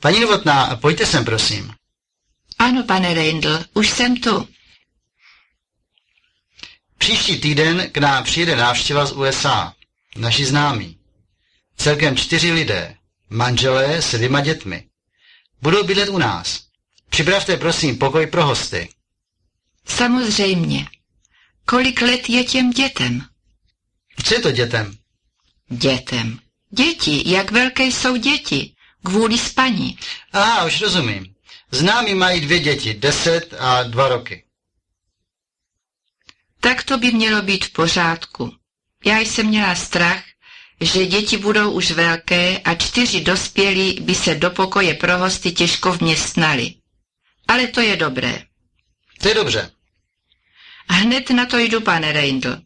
Paní Novotná, pojďte sem, prosím. Ano, pane Reindl, už jsem tu. Příští týden k nám přijede návštěva z USA. Naši známí. Celkem čtyři lidé. Manželé s dvěma dětmi. Budou bydlet u nás. Připravte prosím pokoj pro hosty. Samozřejmě. Kolik let je těm dětem? Co je to dětem? Dětem. Děti, jak velké jsou děti? Kvůli spaní. Aha, už rozumím. Známí mají dvě děti, deset a dva roky. Tak to by mělo být v pořádku. Já jsem měla strach, že děti budou už velké a čtyři dospělí by se do pokoje pro hosty těžko vměstnali. Ale to je dobré. To je dobře. Hned na to jdu, pane Reindl.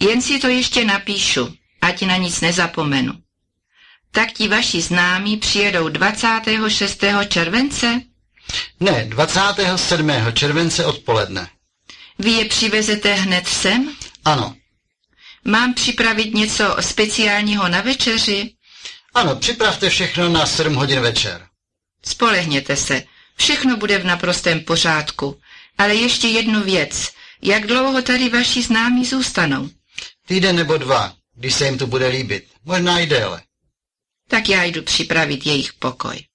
Jen si to ještě napíšu, ať na nic nezapomenu. Tak ti vaši známí přijedou 26. července? Ne, 27. července odpoledne. Vy je přivezete hned sem? Ano, Mám připravit něco speciálního na večeři? ano, připravte všechno na 7 hodin večer. Spolehněte se, všechno bude v naprostém pořádku. Ale ještě jednu věc, jak dlouho tady vaši známí zůstanou? Týden nebo dva, když se jim to bude líbit. Možná i déle. Tak já jdu připravit jejich pokoj.